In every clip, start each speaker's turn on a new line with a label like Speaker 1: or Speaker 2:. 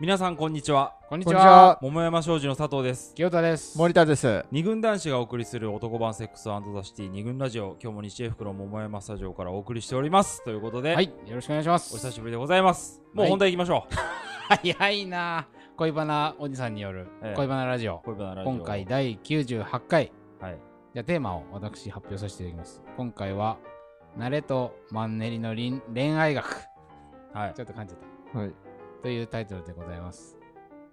Speaker 1: 皆さんこんにちは
Speaker 2: こんに
Speaker 3: こんにちは。
Speaker 1: 桃山商事の佐藤です
Speaker 2: 清田です。
Speaker 3: 森田です。
Speaker 1: 二軍男子がお送りする男版セックスザシティ二軍ラジオ今日も西江袋桃山スタジオからお送りしておりますということで、
Speaker 2: はい、よろしくお願いします。
Speaker 1: お久しぶりでございますもう
Speaker 2: はい
Speaker 1: 本題いきましょう、
Speaker 2: 早いなぁ。恋バナおじさんによる
Speaker 1: ええ
Speaker 2: 恋バナラジオ。
Speaker 1: 恋バナラジオ
Speaker 2: 今回第98回。
Speaker 1: はい
Speaker 2: じゃあテーマを私発表させていただきます。今回は、慣れとマンネリのりん恋愛学。
Speaker 1: はい
Speaker 2: ちょっと感じちゃった。
Speaker 3: はい。
Speaker 2: というタイトルでございます。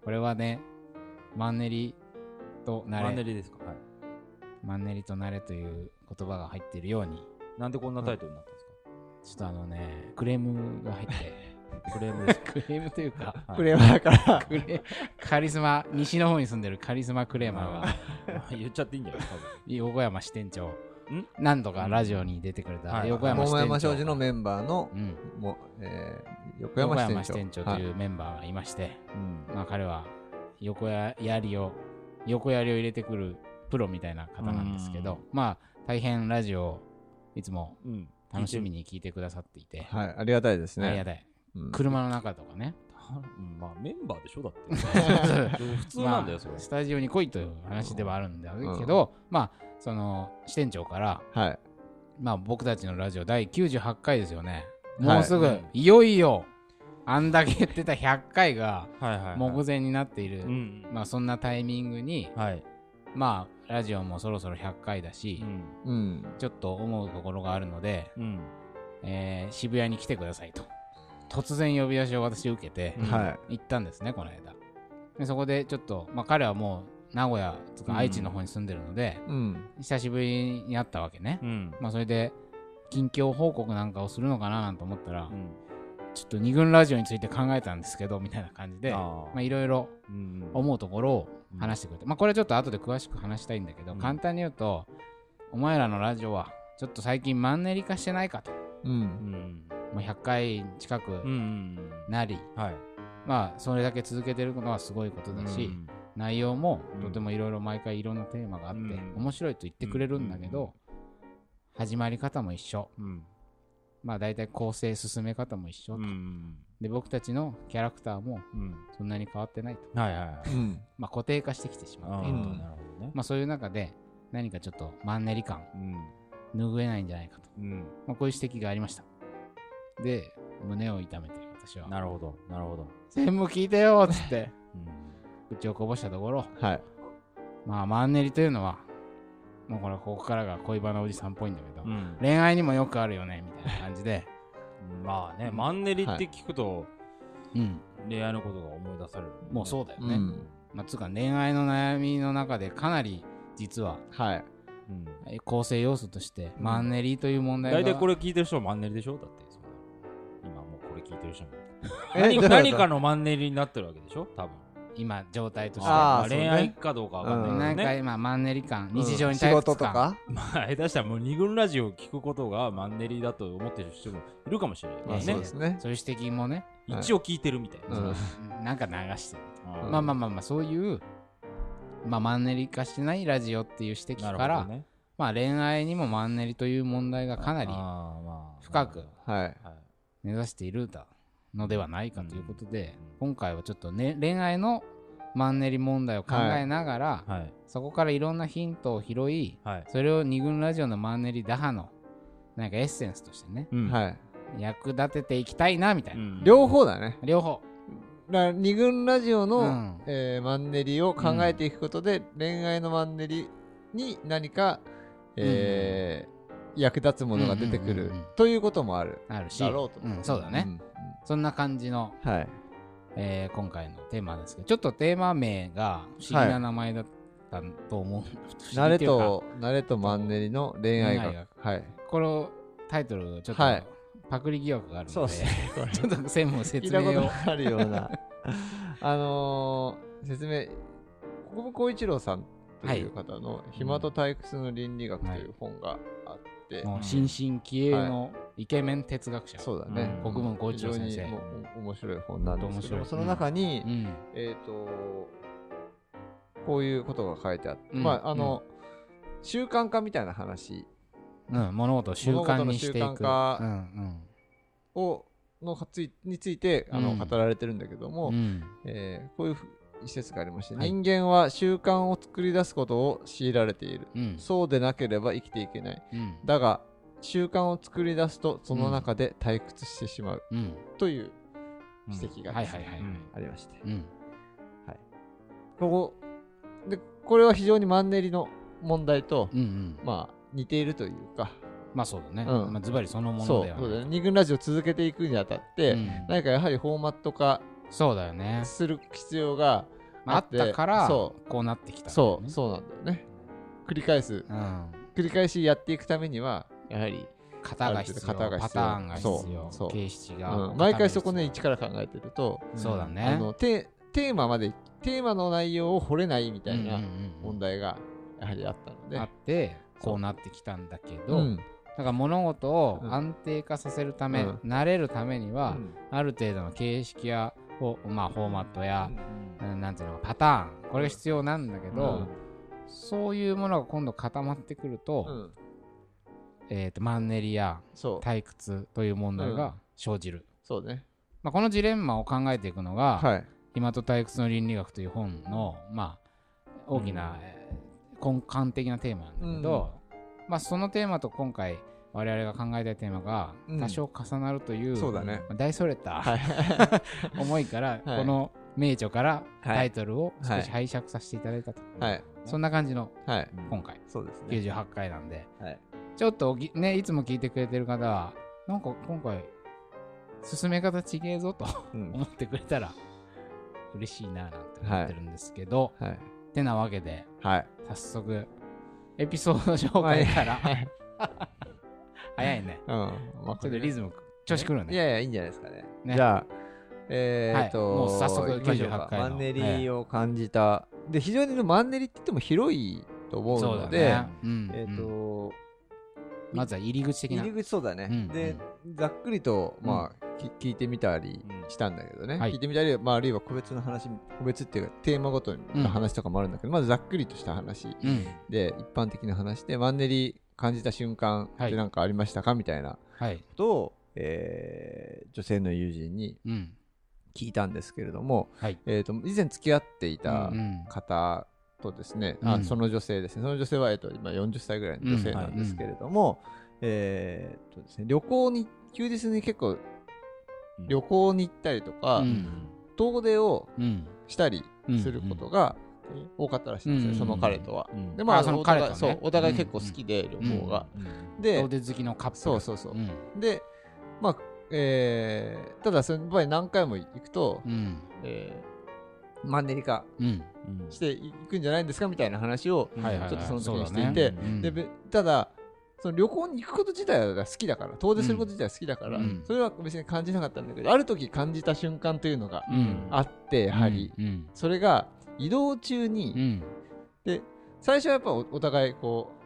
Speaker 2: これはね、マンネリと慣れ。
Speaker 1: マンネリですか、はい、
Speaker 2: マンネリと慣れという言葉が入っているように、
Speaker 1: なんでこんなタイトルになったんですか、
Speaker 2: ちょっとあのね、クレームが入って。
Speaker 1: クレームです
Speaker 2: クレームというか、
Speaker 1: はい
Speaker 3: これはだから、
Speaker 2: クレカリスマ西の方に住んでるカリスマクレーマーが
Speaker 1: が言っちゃっていいんじゃないですか
Speaker 2: 横山支店長何度かラジオに出てくれ
Speaker 1: うんは
Speaker 2: た
Speaker 1: い
Speaker 2: 横山支
Speaker 3: 桃
Speaker 2: 店
Speaker 3: 山
Speaker 2: 長
Speaker 3: 商事のメンバーの
Speaker 2: う、ん
Speaker 3: もえー横
Speaker 2: 横
Speaker 3: 山
Speaker 2: 山
Speaker 3: 支
Speaker 2: 支
Speaker 3: 店
Speaker 2: 店
Speaker 3: 長
Speaker 2: 長と
Speaker 3: はい
Speaker 2: いうメンバーがいまして
Speaker 1: 多分、うん
Speaker 2: まあ彼は横や槍を横槍を入れてくるプロみたいな方なんですけ
Speaker 1: うん
Speaker 2: どまあ大変ラジオをいつも
Speaker 1: うん、
Speaker 2: 楽しみに聞いてくださっていて
Speaker 3: はい、ありがたいです
Speaker 2: ありが
Speaker 3: ね。
Speaker 2: たい
Speaker 3: うん
Speaker 2: 車の中とかね
Speaker 1: うんまあメンバーでしょだ って普通なんだよそれ、
Speaker 2: まあスタジオに来いという話ではあるんだけどまあその支店長から
Speaker 3: はい。
Speaker 2: まあ僕たちのラジオ第98回ですよね。
Speaker 3: はい
Speaker 2: もうすぐ、
Speaker 1: うん
Speaker 2: い、よいよ、あんだけ言ってた100回が
Speaker 1: はいはい、はい、
Speaker 2: 目前になっている、
Speaker 1: うん
Speaker 2: まあそんなタイミングに、
Speaker 1: はい、
Speaker 2: まあラジオもそろそろ100回だし、
Speaker 1: ん
Speaker 3: うん。
Speaker 2: ちょっと思うところがあるので、
Speaker 1: うん、
Speaker 2: えー渋谷に来てくださいと。突然呼び出しを私受けて、
Speaker 1: うん
Speaker 3: は
Speaker 2: 行ったんですね、この間。でそこでちょっと、まあ彼はもう名古屋と
Speaker 1: う
Speaker 2: か
Speaker 1: ん
Speaker 2: 愛知の方に住んでるので、
Speaker 3: い。うん。
Speaker 2: 久しぶりに会ったわけね。
Speaker 1: うん
Speaker 2: まあそれで、近況報告なんかをするのかななんて思ったら
Speaker 1: う、ん
Speaker 2: ちょっと二軍ラジオについて考えたんですけど、みたいな感じで、
Speaker 1: あー
Speaker 2: まあいろいろ
Speaker 1: うん
Speaker 2: 思うところを話してくれて、まあこれちょっと後で詳しく話したいんだけど、
Speaker 1: うん
Speaker 2: 簡単に言うと、お前らのラジオはちょっと最近マンネリ化してないかと。
Speaker 3: う。
Speaker 1: うんん
Speaker 2: もう100回近
Speaker 1: う
Speaker 2: く
Speaker 1: ん
Speaker 2: なり、
Speaker 1: はい
Speaker 2: まあそれだけ続けてるのはすごいことだし、
Speaker 1: うん
Speaker 2: 内容も
Speaker 1: うん
Speaker 2: とてもいろいろ毎回いろんなテーマがあって、
Speaker 1: うん
Speaker 2: 面白いと言ってくれるんだけど、始まり方も一緒。
Speaker 1: うん
Speaker 2: まあ大体構成進め方も一緒、
Speaker 1: うん
Speaker 2: で僕たちのキャラクターも
Speaker 1: うん
Speaker 2: そんなに変わってないと。
Speaker 1: はいはいはい
Speaker 3: うん。
Speaker 2: まあ、固定化してきてしま
Speaker 1: あ
Speaker 2: っ
Speaker 1: あ
Speaker 2: ていると、
Speaker 3: うん
Speaker 1: なるほどね
Speaker 2: まあ、そういう中で何かちょっとマンネリ感
Speaker 1: うん
Speaker 2: 拭えないんじゃないかと、
Speaker 1: うん
Speaker 2: まあ、こういう指摘がありましたで胸を痛めて私は
Speaker 1: なるほどなるほど
Speaker 2: 「全部聞いてよ」っつって
Speaker 1: うん
Speaker 2: 口をこぼしたところ
Speaker 3: はい。
Speaker 2: まあマンネリというのはもうこれここからが恋バナおじさんっぽいんだけど、
Speaker 1: うん
Speaker 2: 恋愛にもよくあるよねみたいな感じ で、
Speaker 1: まあねマンネリって聞くと
Speaker 2: うん、
Speaker 1: 恋愛のことが思い出される
Speaker 2: もうそうだよ
Speaker 3: う
Speaker 2: ね、
Speaker 3: ん。
Speaker 2: まあ、つうか恋愛の悩みの中でかなり実は
Speaker 3: はい。
Speaker 1: うん
Speaker 2: え構成要素としてマンネリという問題が、
Speaker 1: 大体これ聞いてる人はマンネリでしょだってそんな今もうこれ聞いてる人も
Speaker 3: え
Speaker 1: 何
Speaker 3: どういうこと
Speaker 1: 何かのマンネリになってるわけでしょ多分
Speaker 2: 今状態として
Speaker 3: あー
Speaker 1: ま
Speaker 3: そう
Speaker 1: 恋
Speaker 3: ね
Speaker 1: 愛かどうかわかんな
Speaker 2: ないん
Speaker 1: けど
Speaker 2: か
Speaker 1: ね
Speaker 2: 今マンネリ感日
Speaker 3: う
Speaker 2: 常
Speaker 3: ん
Speaker 2: に
Speaker 3: 仕
Speaker 2: 退
Speaker 3: 事
Speaker 2: 屈
Speaker 3: と
Speaker 2: 感、
Speaker 3: か
Speaker 1: まあ 下手したらもう二軍ラジオを聞くことがマンネリだと思ってる人もいるかもしれないから
Speaker 3: まあ
Speaker 1: ね
Speaker 3: そうですね。
Speaker 2: そういう指摘もね、
Speaker 3: はい
Speaker 1: 一応聞いてるみたいな、
Speaker 3: うん
Speaker 2: なんか流してる、
Speaker 3: うん
Speaker 2: まあまあまあまあそういう、まあ、マンネリ化してないラジオっていう指摘から、
Speaker 1: ね、
Speaker 2: まあ、恋愛にもマンネリという問題がかなり
Speaker 1: あーまあ
Speaker 2: 深く
Speaker 3: はい。
Speaker 1: はい
Speaker 2: 根ざしているのではないかということで、
Speaker 1: うん
Speaker 2: 今回はちょっと、ね、恋愛のマンネリ問題を考えながら、
Speaker 1: はい
Speaker 2: そこからいろんなヒントを拾い
Speaker 1: はい、
Speaker 2: それを二軍ラジオのマンネリ打破のなんかエッセンスとしてね
Speaker 1: うん
Speaker 3: はい。
Speaker 2: 役立てていきたいなみたいな、
Speaker 1: うん
Speaker 3: 両方だね。
Speaker 2: 両方
Speaker 3: な二軍ラジオの、
Speaker 2: うん
Speaker 3: えーマンネリを考えていくことで、恋愛のマンネリに何か、えー役立つものが出てくる、
Speaker 2: うんうんうんうん
Speaker 3: ということもある
Speaker 2: あるし
Speaker 3: だろうと、
Speaker 2: うん、そうだね、
Speaker 3: ん
Speaker 2: そんな感じの、
Speaker 3: うんはい
Speaker 2: えー今回のテーマですけどちょっとテーマ名が不思議な名前だったと思う、不
Speaker 3: 慣
Speaker 2: 思議っ
Speaker 3: れ
Speaker 2: ていうか
Speaker 3: と慣れとマンネリの恋愛学
Speaker 2: 恋愛
Speaker 3: はい
Speaker 2: このタイトルちょっと、
Speaker 3: はい
Speaker 2: パクリ疑惑があるので
Speaker 3: そうです ね
Speaker 2: ちょっと専門
Speaker 3: 聞い
Speaker 2: 説
Speaker 3: たこと
Speaker 2: 明を
Speaker 3: があるような あのー説明国分光一郎さんという方の「暇と退屈の倫理学」という本があって、
Speaker 2: もう新進気鋭のイケメン哲学者、
Speaker 3: そうだね、
Speaker 1: うん
Speaker 2: 国分光一郎先
Speaker 3: 非常
Speaker 2: 生
Speaker 3: にもお面白い本なんですけ
Speaker 2: 本当
Speaker 3: ど
Speaker 2: 面白い
Speaker 3: もその中に、
Speaker 2: うん
Speaker 3: えっ、とこういうことが書いてあって、
Speaker 2: うん
Speaker 3: まああの、習慣化みたいな話
Speaker 2: うん、物事を習慣にしていく
Speaker 3: 物事の習慣化
Speaker 2: うん
Speaker 3: をのついについてあの、
Speaker 2: うん
Speaker 3: 語られてるんだけども、
Speaker 2: うん
Speaker 3: えーこういうふ一節がありまして、
Speaker 2: はい
Speaker 3: 人間は習慣を作り出すことを強いられている。
Speaker 2: うん
Speaker 3: そうでなければ生きていけない。
Speaker 2: うん
Speaker 3: だが、習慣を作り出すと、その中で退屈してしまう。
Speaker 2: うん
Speaker 3: という
Speaker 1: うん
Speaker 3: 指摘が
Speaker 2: は
Speaker 3: で
Speaker 2: い
Speaker 3: す
Speaker 2: はいは
Speaker 3: ね
Speaker 2: い
Speaker 1: うん
Speaker 3: ありまして。
Speaker 2: うん
Speaker 3: ここ、で、これは非常にマンネリの問題と、
Speaker 2: うんうん
Speaker 3: まあ、似ているというか、
Speaker 2: まあそうだね
Speaker 3: うん
Speaker 2: まあズバリそのもの
Speaker 3: そう
Speaker 2: では
Speaker 3: そうだよね
Speaker 2: ね
Speaker 3: 二軍ラジオ続けていくにあたって、何かやはりフォーマット化
Speaker 2: そうだよね
Speaker 3: する必要が
Speaker 2: まああ
Speaker 3: あ
Speaker 2: っ
Speaker 3: って
Speaker 2: たから
Speaker 3: そ
Speaker 2: こうなってきた
Speaker 3: そう、
Speaker 2: う
Speaker 3: そうなんだよね繰り返す
Speaker 2: うん
Speaker 3: 繰り返しやっていくためにはやはり、
Speaker 2: 型が必要
Speaker 3: ある程度型が必要
Speaker 2: パターンが必
Speaker 3: そうそ
Speaker 2: 要
Speaker 3: う
Speaker 2: 形式
Speaker 3: う
Speaker 2: が
Speaker 3: ん、毎回そこね一から考えてると、
Speaker 2: そうだ
Speaker 3: あ
Speaker 2: ね
Speaker 3: のテテーマまでテーマの内容を掘れないみたい
Speaker 2: うん
Speaker 3: な
Speaker 2: うんうん
Speaker 3: 問題がやはりあったので、
Speaker 2: あってこうなってきたんだけど、
Speaker 3: うん
Speaker 2: だから物事を
Speaker 3: うん
Speaker 2: 安定化させるため、
Speaker 3: うん
Speaker 2: 慣れるために
Speaker 3: う
Speaker 2: は、
Speaker 3: ん
Speaker 2: ある程度の形式やフォ,、まあ、フォーマットや、うんなんていうのパターンこれが必要なんだけど、そういうものが今度固まってくると,、
Speaker 3: うんうん
Speaker 2: えーとマンネリや
Speaker 3: そう
Speaker 2: 退屈という問題
Speaker 3: うん
Speaker 2: が生じる、
Speaker 3: そうね
Speaker 2: まあ、このジレンマを考えていくのが、
Speaker 3: はい
Speaker 2: 暇と退屈の倫理学という本の、まあ、大きな、えー根幹的なテーマなんだけど、まあ、そのテーマと今回我々が考えたいテーマが
Speaker 3: うん
Speaker 2: 多少重なるという、
Speaker 3: そうだね
Speaker 2: まあ大それた、
Speaker 3: はい
Speaker 2: 思いから、
Speaker 3: はい
Speaker 2: この名著から
Speaker 3: はい
Speaker 2: タイトルを
Speaker 3: は
Speaker 2: 少
Speaker 3: い
Speaker 2: し拝借させていただいたと、
Speaker 3: はい
Speaker 2: そんな感じの
Speaker 3: はい
Speaker 2: 今回
Speaker 3: そうですね
Speaker 2: 98回なんで、
Speaker 3: はい
Speaker 2: ちょっとぎねいつも聞いてくれてる方はなんか今回進め方ちげえぞと
Speaker 3: うん
Speaker 2: 思ってくれたら嬉しいななんて思ってるんですけど、
Speaker 3: はい
Speaker 2: てなわけで
Speaker 3: はい
Speaker 2: 早速エピソード紹介から
Speaker 3: はい
Speaker 2: 早いね
Speaker 3: うんまあ
Speaker 2: ちょっとリズム調子くる
Speaker 3: い
Speaker 2: ね
Speaker 3: やいやいいんじゃないですかね
Speaker 2: ね
Speaker 3: じゃあえー、っと、
Speaker 2: はいもう早速
Speaker 3: 行きましょう
Speaker 2: 98
Speaker 3: か
Speaker 2: 回の
Speaker 3: マンネリを感じた、で非常にマンネリって言っても広いと思う
Speaker 2: そう
Speaker 3: の
Speaker 2: だ
Speaker 3: で
Speaker 2: ね、うん
Speaker 3: えーっ、
Speaker 2: うん
Speaker 3: と、
Speaker 2: まずは入り口的な
Speaker 3: 入り口そうだね、
Speaker 2: うん
Speaker 3: でざっくりと、まあき聞いてみたりしたんだけどね、
Speaker 2: はい
Speaker 3: 聞いてみたり、まあ、あるいは個別の話個別っていうかテーマごと
Speaker 2: うん
Speaker 3: の話とかもあるんだけど、まずざっくりとした話
Speaker 2: うん
Speaker 3: で一般的な話でマンネリ感じた瞬間っ
Speaker 2: はい
Speaker 3: て何かありましたか、みたいな
Speaker 2: はい
Speaker 3: ことを、えー女性の友人に
Speaker 2: うん
Speaker 3: 聞いたんですけれども、
Speaker 2: はい
Speaker 3: えー、と以前付き合っていた
Speaker 2: うん
Speaker 3: 方とですね、
Speaker 2: う
Speaker 3: あ
Speaker 2: ん
Speaker 3: その女性ですねその女性は、えー、と今40歳ぐらいの女性なんですけれども、えーとですね、旅行に休日に結構旅行に行ったりとか、
Speaker 2: うん
Speaker 3: 遠出を
Speaker 2: うん
Speaker 3: したり
Speaker 2: うん
Speaker 3: することが多かったらしいんですよ、
Speaker 2: うん
Speaker 3: その彼とは。
Speaker 1: うん
Speaker 3: でまあ、
Speaker 2: あその
Speaker 3: お互い
Speaker 2: 彼と
Speaker 3: そ
Speaker 2: ね
Speaker 3: うお互い結構好きで、
Speaker 2: ん
Speaker 3: 旅行が。で
Speaker 2: 遠出好きのカップル
Speaker 3: そうそうそう
Speaker 2: うん
Speaker 3: で、まあえーただその場合何回も行くと、
Speaker 2: うん
Speaker 3: えーマンネリ化
Speaker 2: うん
Speaker 3: していくんじゃないんですかみたいな話を、
Speaker 2: はいはいはい
Speaker 3: ちょっとその時
Speaker 2: そう
Speaker 3: に
Speaker 2: だ
Speaker 3: して
Speaker 2: ね
Speaker 3: いて、
Speaker 2: うん
Speaker 3: でべただその旅行に行くこと自体が好きだから遠出すること自体が好きだから、
Speaker 2: うん
Speaker 3: それは別に感じなかったんだけどある時感じた瞬間というのが
Speaker 2: うん
Speaker 3: あってやはり、
Speaker 2: うん
Speaker 3: それが移動中に、
Speaker 2: うん
Speaker 3: 最初はやっぱおお互いこう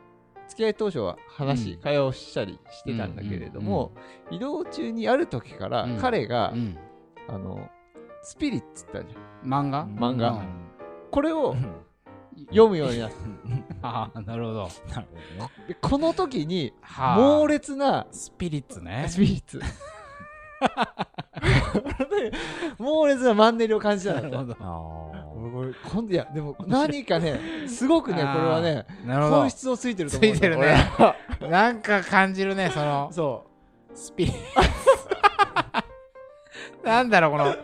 Speaker 3: 付き合い当初は話し、
Speaker 2: うん
Speaker 3: 会話をしたりしてたんだけれども、移動中にある時から
Speaker 2: うん
Speaker 3: 彼が、
Speaker 2: うん
Speaker 3: あのスピリッツって言ったじゃん
Speaker 2: 漫画
Speaker 3: 漫画
Speaker 2: うん
Speaker 3: これを
Speaker 1: ん
Speaker 3: 読むようになって
Speaker 2: ああなるほど
Speaker 1: なるほどね
Speaker 3: でこの時に
Speaker 2: はあ
Speaker 3: 猛烈な
Speaker 2: スピリッツ ね
Speaker 3: スピリッツ。 猛烈なマンネリを感じた
Speaker 2: な
Speaker 3: の
Speaker 2: るほど
Speaker 1: あ
Speaker 3: 今度いやでも何 かねすごくねこれ
Speaker 2: あー
Speaker 3: はね
Speaker 2: なるほ
Speaker 3: 本
Speaker 2: ど
Speaker 3: 質をついてると思う
Speaker 2: ついてるね
Speaker 3: 俺は
Speaker 2: なんか感じるね、その、
Speaker 3: そ
Speaker 2: スピリッツ。なんだろう、この、
Speaker 3: う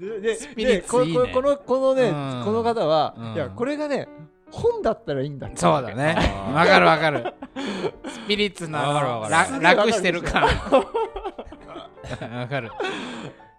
Speaker 3: でで
Speaker 2: スピリッツいいね
Speaker 3: でこここのこのね
Speaker 2: うん
Speaker 3: この方
Speaker 2: う
Speaker 3: は
Speaker 2: ん
Speaker 3: いやこれがね本だったらいいんだって
Speaker 2: そうだ ね。
Speaker 1: あー
Speaker 2: わかるわかる。スピリッツの、
Speaker 1: わかるわか
Speaker 2: ら
Speaker 1: る
Speaker 2: 楽してる感。 わかる。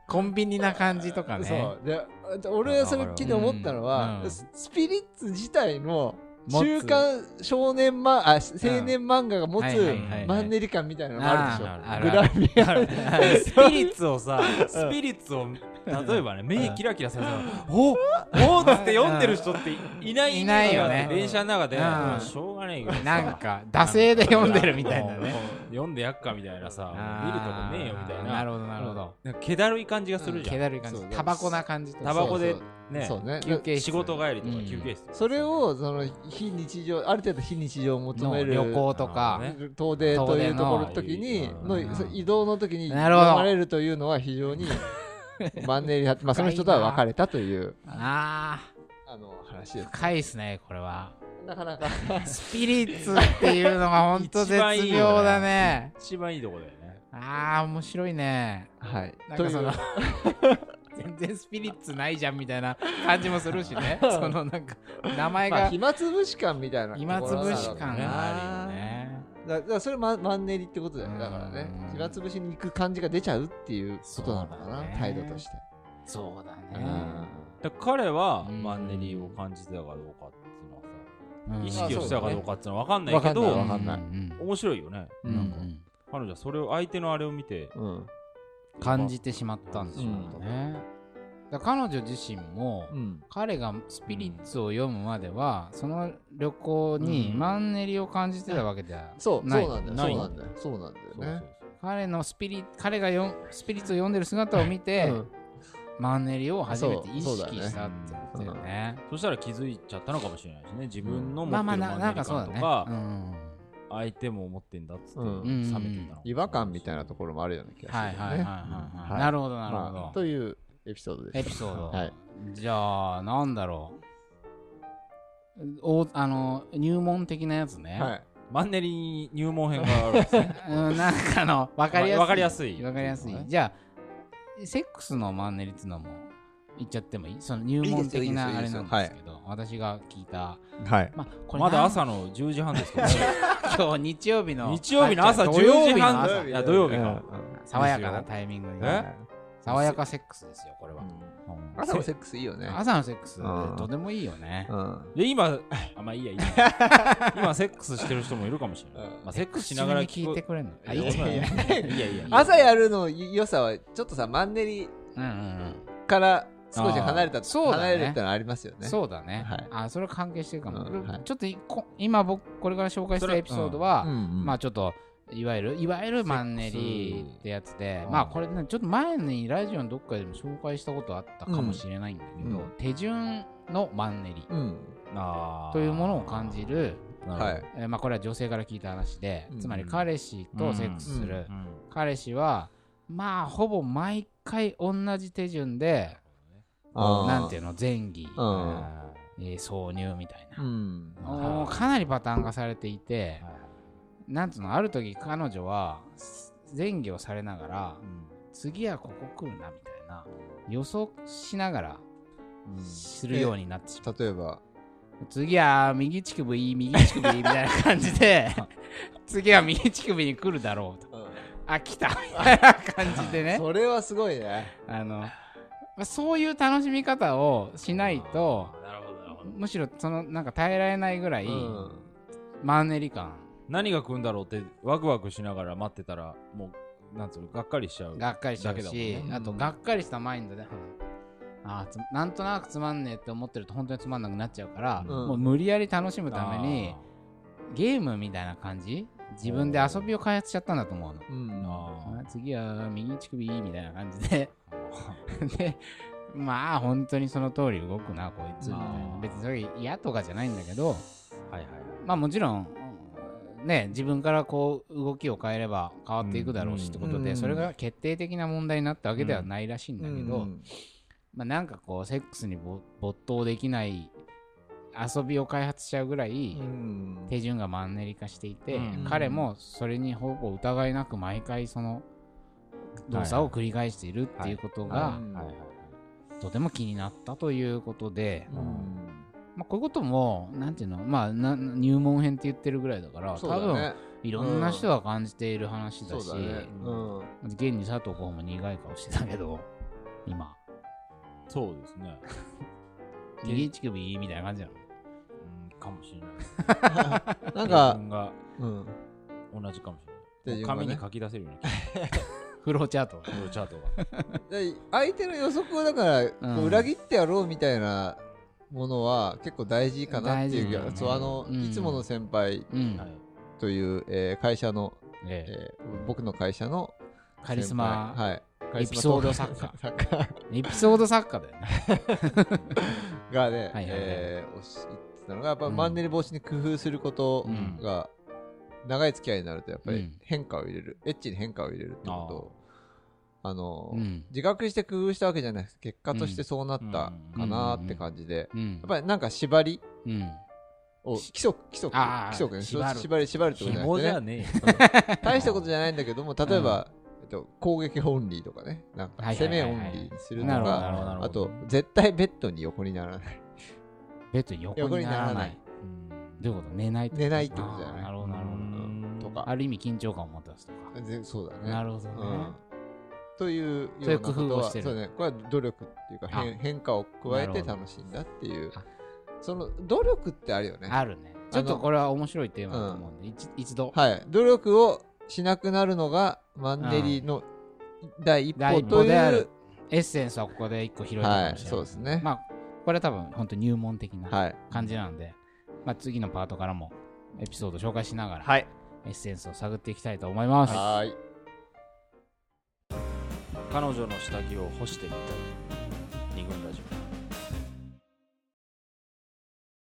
Speaker 2: コンビニな感じとか
Speaker 3: そ
Speaker 2: ね。
Speaker 3: うでで俺はそれ聞いて思ったのは、
Speaker 2: うん
Speaker 3: ススピリッツ自体の
Speaker 2: 持つ
Speaker 3: 中間少年漫あ青年漫画が持
Speaker 2: は
Speaker 3: つ
Speaker 2: いはいはい
Speaker 3: マンネリ感みたいなのがあるでし
Speaker 1: あー
Speaker 3: ょ、
Speaker 2: あ
Speaker 3: グ
Speaker 2: るあ
Speaker 3: ラ
Speaker 2: る
Speaker 3: ビア
Speaker 1: あスピリッツをさスピリッツを例えばね目キラキラさせたら「おおおっ!」つって読んでる人っていない
Speaker 2: いないよね
Speaker 1: だって電車の中で
Speaker 2: うん
Speaker 1: まあしょうがねえけどさ
Speaker 2: なんか、惰性で読んでるみたいな
Speaker 1: もう
Speaker 2: ね。
Speaker 1: 読んでやっかみたいなさ見るとこ
Speaker 2: あー
Speaker 1: ねえよみたいな
Speaker 2: なるほど、なるほど。
Speaker 1: なんか気だるい感じがするじゃ
Speaker 2: 気
Speaker 1: ん
Speaker 2: だるい感じ
Speaker 3: そう。
Speaker 2: タバコな感じとか
Speaker 1: タバコで
Speaker 3: そう
Speaker 1: ね
Speaker 3: そうね
Speaker 2: 休憩室
Speaker 1: 仕事帰りと
Speaker 2: う
Speaker 1: か
Speaker 2: ん
Speaker 1: 休憩室とか
Speaker 3: それをその非日常ある程度非日常を求
Speaker 2: の
Speaker 3: める
Speaker 2: 旅行とか、
Speaker 1: ね
Speaker 3: 遠出というところの時に
Speaker 1: 遠出の
Speaker 3: のそう移動の時に
Speaker 2: なるほど
Speaker 3: 飲まれるというのは非 常にマンネリ派まあその人とは別れたという
Speaker 2: あ
Speaker 3: あの話で
Speaker 2: あ
Speaker 3: す
Speaker 2: 深いですねこれは
Speaker 3: なかなか
Speaker 2: スピリッツっていうのが本当絶
Speaker 1: 一番いいよね
Speaker 2: 妙だね
Speaker 1: 一番いいとこだよね
Speaker 2: ああ面白いね
Speaker 3: はい
Speaker 2: なん
Speaker 3: とい
Speaker 2: かその
Speaker 3: う
Speaker 2: 全然スピリッツないじゃんみたいな感じもするしねそのなんか名前
Speaker 3: まあ
Speaker 2: が
Speaker 3: 暇つぶし感みたいなところ
Speaker 2: 今つぶし感があ
Speaker 3: なの
Speaker 2: る
Speaker 3: か
Speaker 2: よ
Speaker 3: な
Speaker 2: ね
Speaker 3: だだからそれマンマンネリってことだよね
Speaker 2: うん
Speaker 3: だからね
Speaker 2: うん
Speaker 3: 暇つぶしに行く感じが出ちゃうっていうことなのか
Speaker 2: そう
Speaker 3: な
Speaker 2: だね
Speaker 3: 態度として
Speaker 2: そうだ
Speaker 3: う
Speaker 2: ね
Speaker 3: ん
Speaker 1: だから彼は
Speaker 2: うん
Speaker 1: マンネリを感じてたかどうかっていうのはさ
Speaker 2: うん
Speaker 1: 意識をしてたかどうかっていうのは分かんない
Speaker 3: わ
Speaker 1: け
Speaker 3: かんない
Speaker 1: ど
Speaker 3: わかんない
Speaker 2: うん
Speaker 1: 面白いよね
Speaker 2: うん
Speaker 1: なんか
Speaker 2: うん
Speaker 1: 彼女はそれを相手のあれを見て
Speaker 3: うん
Speaker 2: 感じてしまったんでしょうね、だから彼女自身も、
Speaker 3: うん
Speaker 2: 彼がスピリッツを読むまでは、その旅行に
Speaker 1: うん
Speaker 2: マンネリを感じてたわけでは
Speaker 3: そう
Speaker 2: な
Speaker 3: そ
Speaker 2: い、
Speaker 3: うなんだよ
Speaker 1: ない
Speaker 3: そうなんだよそうなんだよ
Speaker 1: そうそう
Speaker 3: ね
Speaker 2: 彼のスピリ彼がよスピリッツを読んでる姿を見て、
Speaker 3: うん
Speaker 2: マンネリを初めて意
Speaker 3: そうそうだ
Speaker 2: 識
Speaker 3: ね
Speaker 2: したってことだよね。
Speaker 1: そしたら気づいちゃったのかもしれないしね自分の持
Speaker 2: まあ
Speaker 1: って
Speaker 2: まあ
Speaker 1: る
Speaker 2: な
Speaker 1: マン
Speaker 2: な
Speaker 1: ネ
Speaker 2: ん
Speaker 1: リ
Speaker 2: かそうだ
Speaker 1: 感と
Speaker 2: ね。
Speaker 1: か
Speaker 2: うん
Speaker 1: 相手も思ってんだっつって冷
Speaker 3: う
Speaker 1: め
Speaker 3: ん
Speaker 1: ていたの
Speaker 3: 違和感みたいなと
Speaker 1: こ
Speaker 3: ころもあるような気がす
Speaker 2: はいはい
Speaker 3: る
Speaker 2: はいはい
Speaker 3: よね
Speaker 2: はい、
Speaker 3: はい
Speaker 2: なるほどなるほど、
Speaker 3: まあというエピソードで
Speaker 2: エ
Speaker 3: し
Speaker 2: ピ
Speaker 3: た
Speaker 2: ソード、
Speaker 3: はい
Speaker 2: じゃあなんだろうおあの入門的なやつね、
Speaker 3: はい
Speaker 1: マンネリに入門編があるん ですね
Speaker 2: うん、なんかあの分かりやすい
Speaker 1: わかりやすい
Speaker 2: わかりやすい
Speaker 1: そうね
Speaker 2: じゃあセックスのマンネリっていうのも言っちゃってもいいその入門的ないあ
Speaker 3: い
Speaker 2: れ
Speaker 3: で
Speaker 2: なんですす
Speaker 3: よ
Speaker 2: け
Speaker 3: いい
Speaker 2: ど
Speaker 3: ですよ
Speaker 2: 私が聞いた、
Speaker 3: はい
Speaker 2: まあ、これ
Speaker 1: まだ
Speaker 2: なん
Speaker 1: 朝の10時半ですけど
Speaker 2: 今日日曜日の
Speaker 1: 日曜日の朝
Speaker 2: あ違う
Speaker 1: 10時
Speaker 2: 土曜日の
Speaker 1: 半
Speaker 2: 朝
Speaker 1: いや土曜日か
Speaker 2: 爽やかなタイミングに
Speaker 1: え
Speaker 2: 爽やかセックスですよこれは、
Speaker 1: うん
Speaker 3: 朝のセックスいいよね
Speaker 2: 朝のセックス
Speaker 3: うん
Speaker 2: とてもいいよね、
Speaker 3: うん
Speaker 1: で今あまあいいやいいや 今セックスしてる人もいるかもしれない
Speaker 3: うん
Speaker 1: まあセックスしながら
Speaker 2: 聞いて
Speaker 1: く
Speaker 2: くれるのあ
Speaker 1: い
Speaker 2: い
Speaker 1: や
Speaker 2: つも
Speaker 1: い
Speaker 2: ね
Speaker 1: やいやいや
Speaker 3: 朝やるの良さはちょっとさマンネリ
Speaker 2: うんうんうん
Speaker 3: から少し離れた
Speaker 2: あーそうだね
Speaker 3: 離れるってのはありますよね
Speaker 2: そうだね、
Speaker 3: はい
Speaker 2: あそれは関係してるかも、
Speaker 3: うんはい
Speaker 2: ちょっといこ今僕これから紹介したエピソードは、ま
Speaker 3: ま
Speaker 2: あちょっといわゆるいわゆるマンネリってやつで、まあこれねちょっと前にラジオのどっかでも紹介したことあったかもしれないんだけど、
Speaker 3: うん
Speaker 2: 手順のマンネリ
Speaker 3: うん
Speaker 1: あー
Speaker 2: というものを感じる、
Speaker 1: なるほど
Speaker 3: はい
Speaker 2: えーまあこれは女性から聞いた話で、
Speaker 3: うん
Speaker 2: つまり彼氏とセックスする、
Speaker 1: うん
Speaker 2: 彼氏はまあほぼ毎回同じ手順で
Speaker 3: あー
Speaker 2: なんていうの前儀、
Speaker 3: うん
Speaker 1: あ
Speaker 2: えー挿入みたいな
Speaker 3: う、ん
Speaker 2: もうかなりパターン化されていて、なんつうのある時彼女はす前儀をされながら
Speaker 1: ーうん
Speaker 2: 次はここ来るなみたいな予想しながら
Speaker 1: うん
Speaker 2: するようになってしまう、
Speaker 3: 例えば
Speaker 2: 次は右乳首いい右乳首いいみたいな感じ で次は右乳首に来るだろうとあ来たみたいな感じでね
Speaker 3: それはすごいね
Speaker 2: あのまあそういう楽しみ方をしないと
Speaker 1: あーなるほどなるほど
Speaker 2: むしろそのなんか耐えられないぐらい
Speaker 3: うん
Speaker 2: マンネリ感
Speaker 1: 何が来るんだろうってワクワクしながら待ってたらもうなんつうのがっかりしちゃう
Speaker 2: がっかりしちゃう
Speaker 1: だ
Speaker 2: し、
Speaker 1: けだもん
Speaker 3: ね
Speaker 2: あとがっかりしたマインドで、あーつなんとなくつまんねえって思ってると本当につまんなくなっちゃうから、
Speaker 3: うん
Speaker 2: もう無理やり楽しむためにゲームみたいな感じ自分で遊びを開発しちゃったんだと思うの。
Speaker 3: うん
Speaker 1: あ
Speaker 2: あー次は右乳首みたいな感じで でまあ本当にその通り動くなこいつみたい
Speaker 1: あ
Speaker 2: な
Speaker 1: ー
Speaker 2: 別にそれ嫌とかじゃないんだけど
Speaker 1: ーはいはい
Speaker 2: まあもちろんね自分からこう動きを変えれば変わっていくだろうしってこと
Speaker 3: うんう
Speaker 2: で
Speaker 3: ん
Speaker 2: それが決定的な問題になったわけではないらしいんだけ
Speaker 3: う
Speaker 2: ど
Speaker 3: ん
Speaker 2: まあなんかこうセックスにぼ没頭できない遊びを開発しちゃうぐらい
Speaker 3: うん
Speaker 2: 手順がマンネリ化していて
Speaker 1: うん
Speaker 2: 彼もそれにほぼ疑いなく毎回その動作を繰り返しているっていうこと
Speaker 3: は
Speaker 2: が
Speaker 3: い
Speaker 1: はいはい
Speaker 2: とても気になったということで
Speaker 3: うん
Speaker 2: まあこういうこともなんていうのまあな入門編って言ってるぐらいだから
Speaker 3: そう
Speaker 2: 多
Speaker 3: だ
Speaker 2: 分
Speaker 3: ね
Speaker 2: いろんな人が感じている話だし、
Speaker 3: そうだねうん
Speaker 2: 現に佐藤候補も苦い顔してたけど、今、
Speaker 1: そうですねで
Speaker 2: 右乳首いいみたいな感じなの。
Speaker 1: うんかもしれない
Speaker 3: なん
Speaker 1: 自
Speaker 3: か
Speaker 1: 分が
Speaker 3: うん
Speaker 1: 同じかもしれない
Speaker 3: 手順がね
Speaker 1: 紙に書き出せるような気が
Speaker 2: フローチャート。
Speaker 1: するチャートが
Speaker 3: で相手の予測をだから、こう裏切ってやろうみたいなものは結構大事かなってい
Speaker 1: 大
Speaker 3: う
Speaker 1: 事だよね
Speaker 3: そうあの、
Speaker 2: うん
Speaker 3: いつもの先輩
Speaker 2: うん。
Speaker 1: はい
Speaker 3: という、えー会社の、
Speaker 2: ええ
Speaker 3: えー僕の会社の
Speaker 2: カリスマ
Speaker 3: 先輩はいカリスマ
Speaker 2: エピソード作家
Speaker 3: 作家
Speaker 2: エピソード作家だよ ね。はいは
Speaker 3: がね、
Speaker 2: いはい
Speaker 3: えーおし言ってたのが、やっぱ
Speaker 2: うん
Speaker 3: マンネリ防止に工夫すること
Speaker 2: うん
Speaker 3: が、長い付き合いになると、やっぱ
Speaker 2: う
Speaker 3: り
Speaker 2: ん
Speaker 3: 変化を入れる、エッチに変化を入れるってことを、あのー、
Speaker 2: うん。
Speaker 3: 自覚して工夫したわけじゃなくて、結果としてそうなったかなーって感じで、
Speaker 2: うん
Speaker 3: やっ。ぱりなんか縛り
Speaker 2: うん。
Speaker 3: を、規則、規則、
Speaker 2: あー
Speaker 3: 規則ね、
Speaker 2: 縛る
Speaker 3: 縛り、縛るってことじゃな
Speaker 1: 紐
Speaker 3: く
Speaker 1: じ
Speaker 3: て
Speaker 1: ゃ
Speaker 3: ね、
Speaker 1: ね
Speaker 3: 大したことじゃないんだけども、例えば、えっと攻撃オンリーとかね、なんか
Speaker 2: はいはい
Speaker 3: 攻
Speaker 2: はい
Speaker 3: め
Speaker 2: は
Speaker 3: オ
Speaker 2: い
Speaker 3: ンリーにすると
Speaker 2: なるほど、な
Speaker 3: か、
Speaker 2: るほど、なるほ
Speaker 3: あ
Speaker 2: ど。
Speaker 3: と、絶対ベッドに横にならない。
Speaker 2: ベッドに横
Speaker 3: 横
Speaker 2: に
Speaker 3: に
Speaker 2: な
Speaker 3: な
Speaker 2: ら
Speaker 3: ら
Speaker 2: な
Speaker 3: ないい。
Speaker 1: え
Speaker 2: どういうこと寝ないってこと
Speaker 3: 寝ないってことじゃ
Speaker 2: あー
Speaker 3: ない
Speaker 2: なるほ ど、なるほど。
Speaker 1: うん
Speaker 3: とか
Speaker 2: ある意味緊張感を持たすとか。
Speaker 3: 全そうだね。
Speaker 2: なるほどね
Speaker 3: うんという
Speaker 2: そういう
Speaker 3: ような
Speaker 2: 工夫
Speaker 3: こ
Speaker 2: を
Speaker 3: とは
Speaker 2: してる
Speaker 3: そうね、これは努力っていうか
Speaker 2: あ
Speaker 3: 変変化を加え
Speaker 2: なる
Speaker 3: て
Speaker 2: ほど
Speaker 3: 楽しんだっていう
Speaker 2: あ
Speaker 3: その努力ってあるよね
Speaker 2: あるね。ちょっとこれは面白いテーマだと思うんで、一一度。
Speaker 3: はい努力をしなくなるのがマンネリの第一
Speaker 2: 第
Speaker 3: 歩
Speaker 2: 一
Speaker 3: と
Speaker 2: 歩
Speaker 3: い
Speaker 2: である
Speaker 3: う
Speaker 2: エッセンスはここで一個拾えたか
Speaker 3: は
Speaker 2: も
Speaker 3: い
Speaker 2: しれない。
Speaker 3: そうですね
Speaker 2: まあ、これは多分、本当入門的な
Speaker 3: はい
Speaker 2: 感じなんで、まあ、次のパートからもエピソード紹介しながら、
Speaker 1: はい
Speaker 2: エッセンスを探っていきたいと思います。
Speaker 3: はーい
Speaker 1: 彼女の下着を干してみたい二軍ラジオ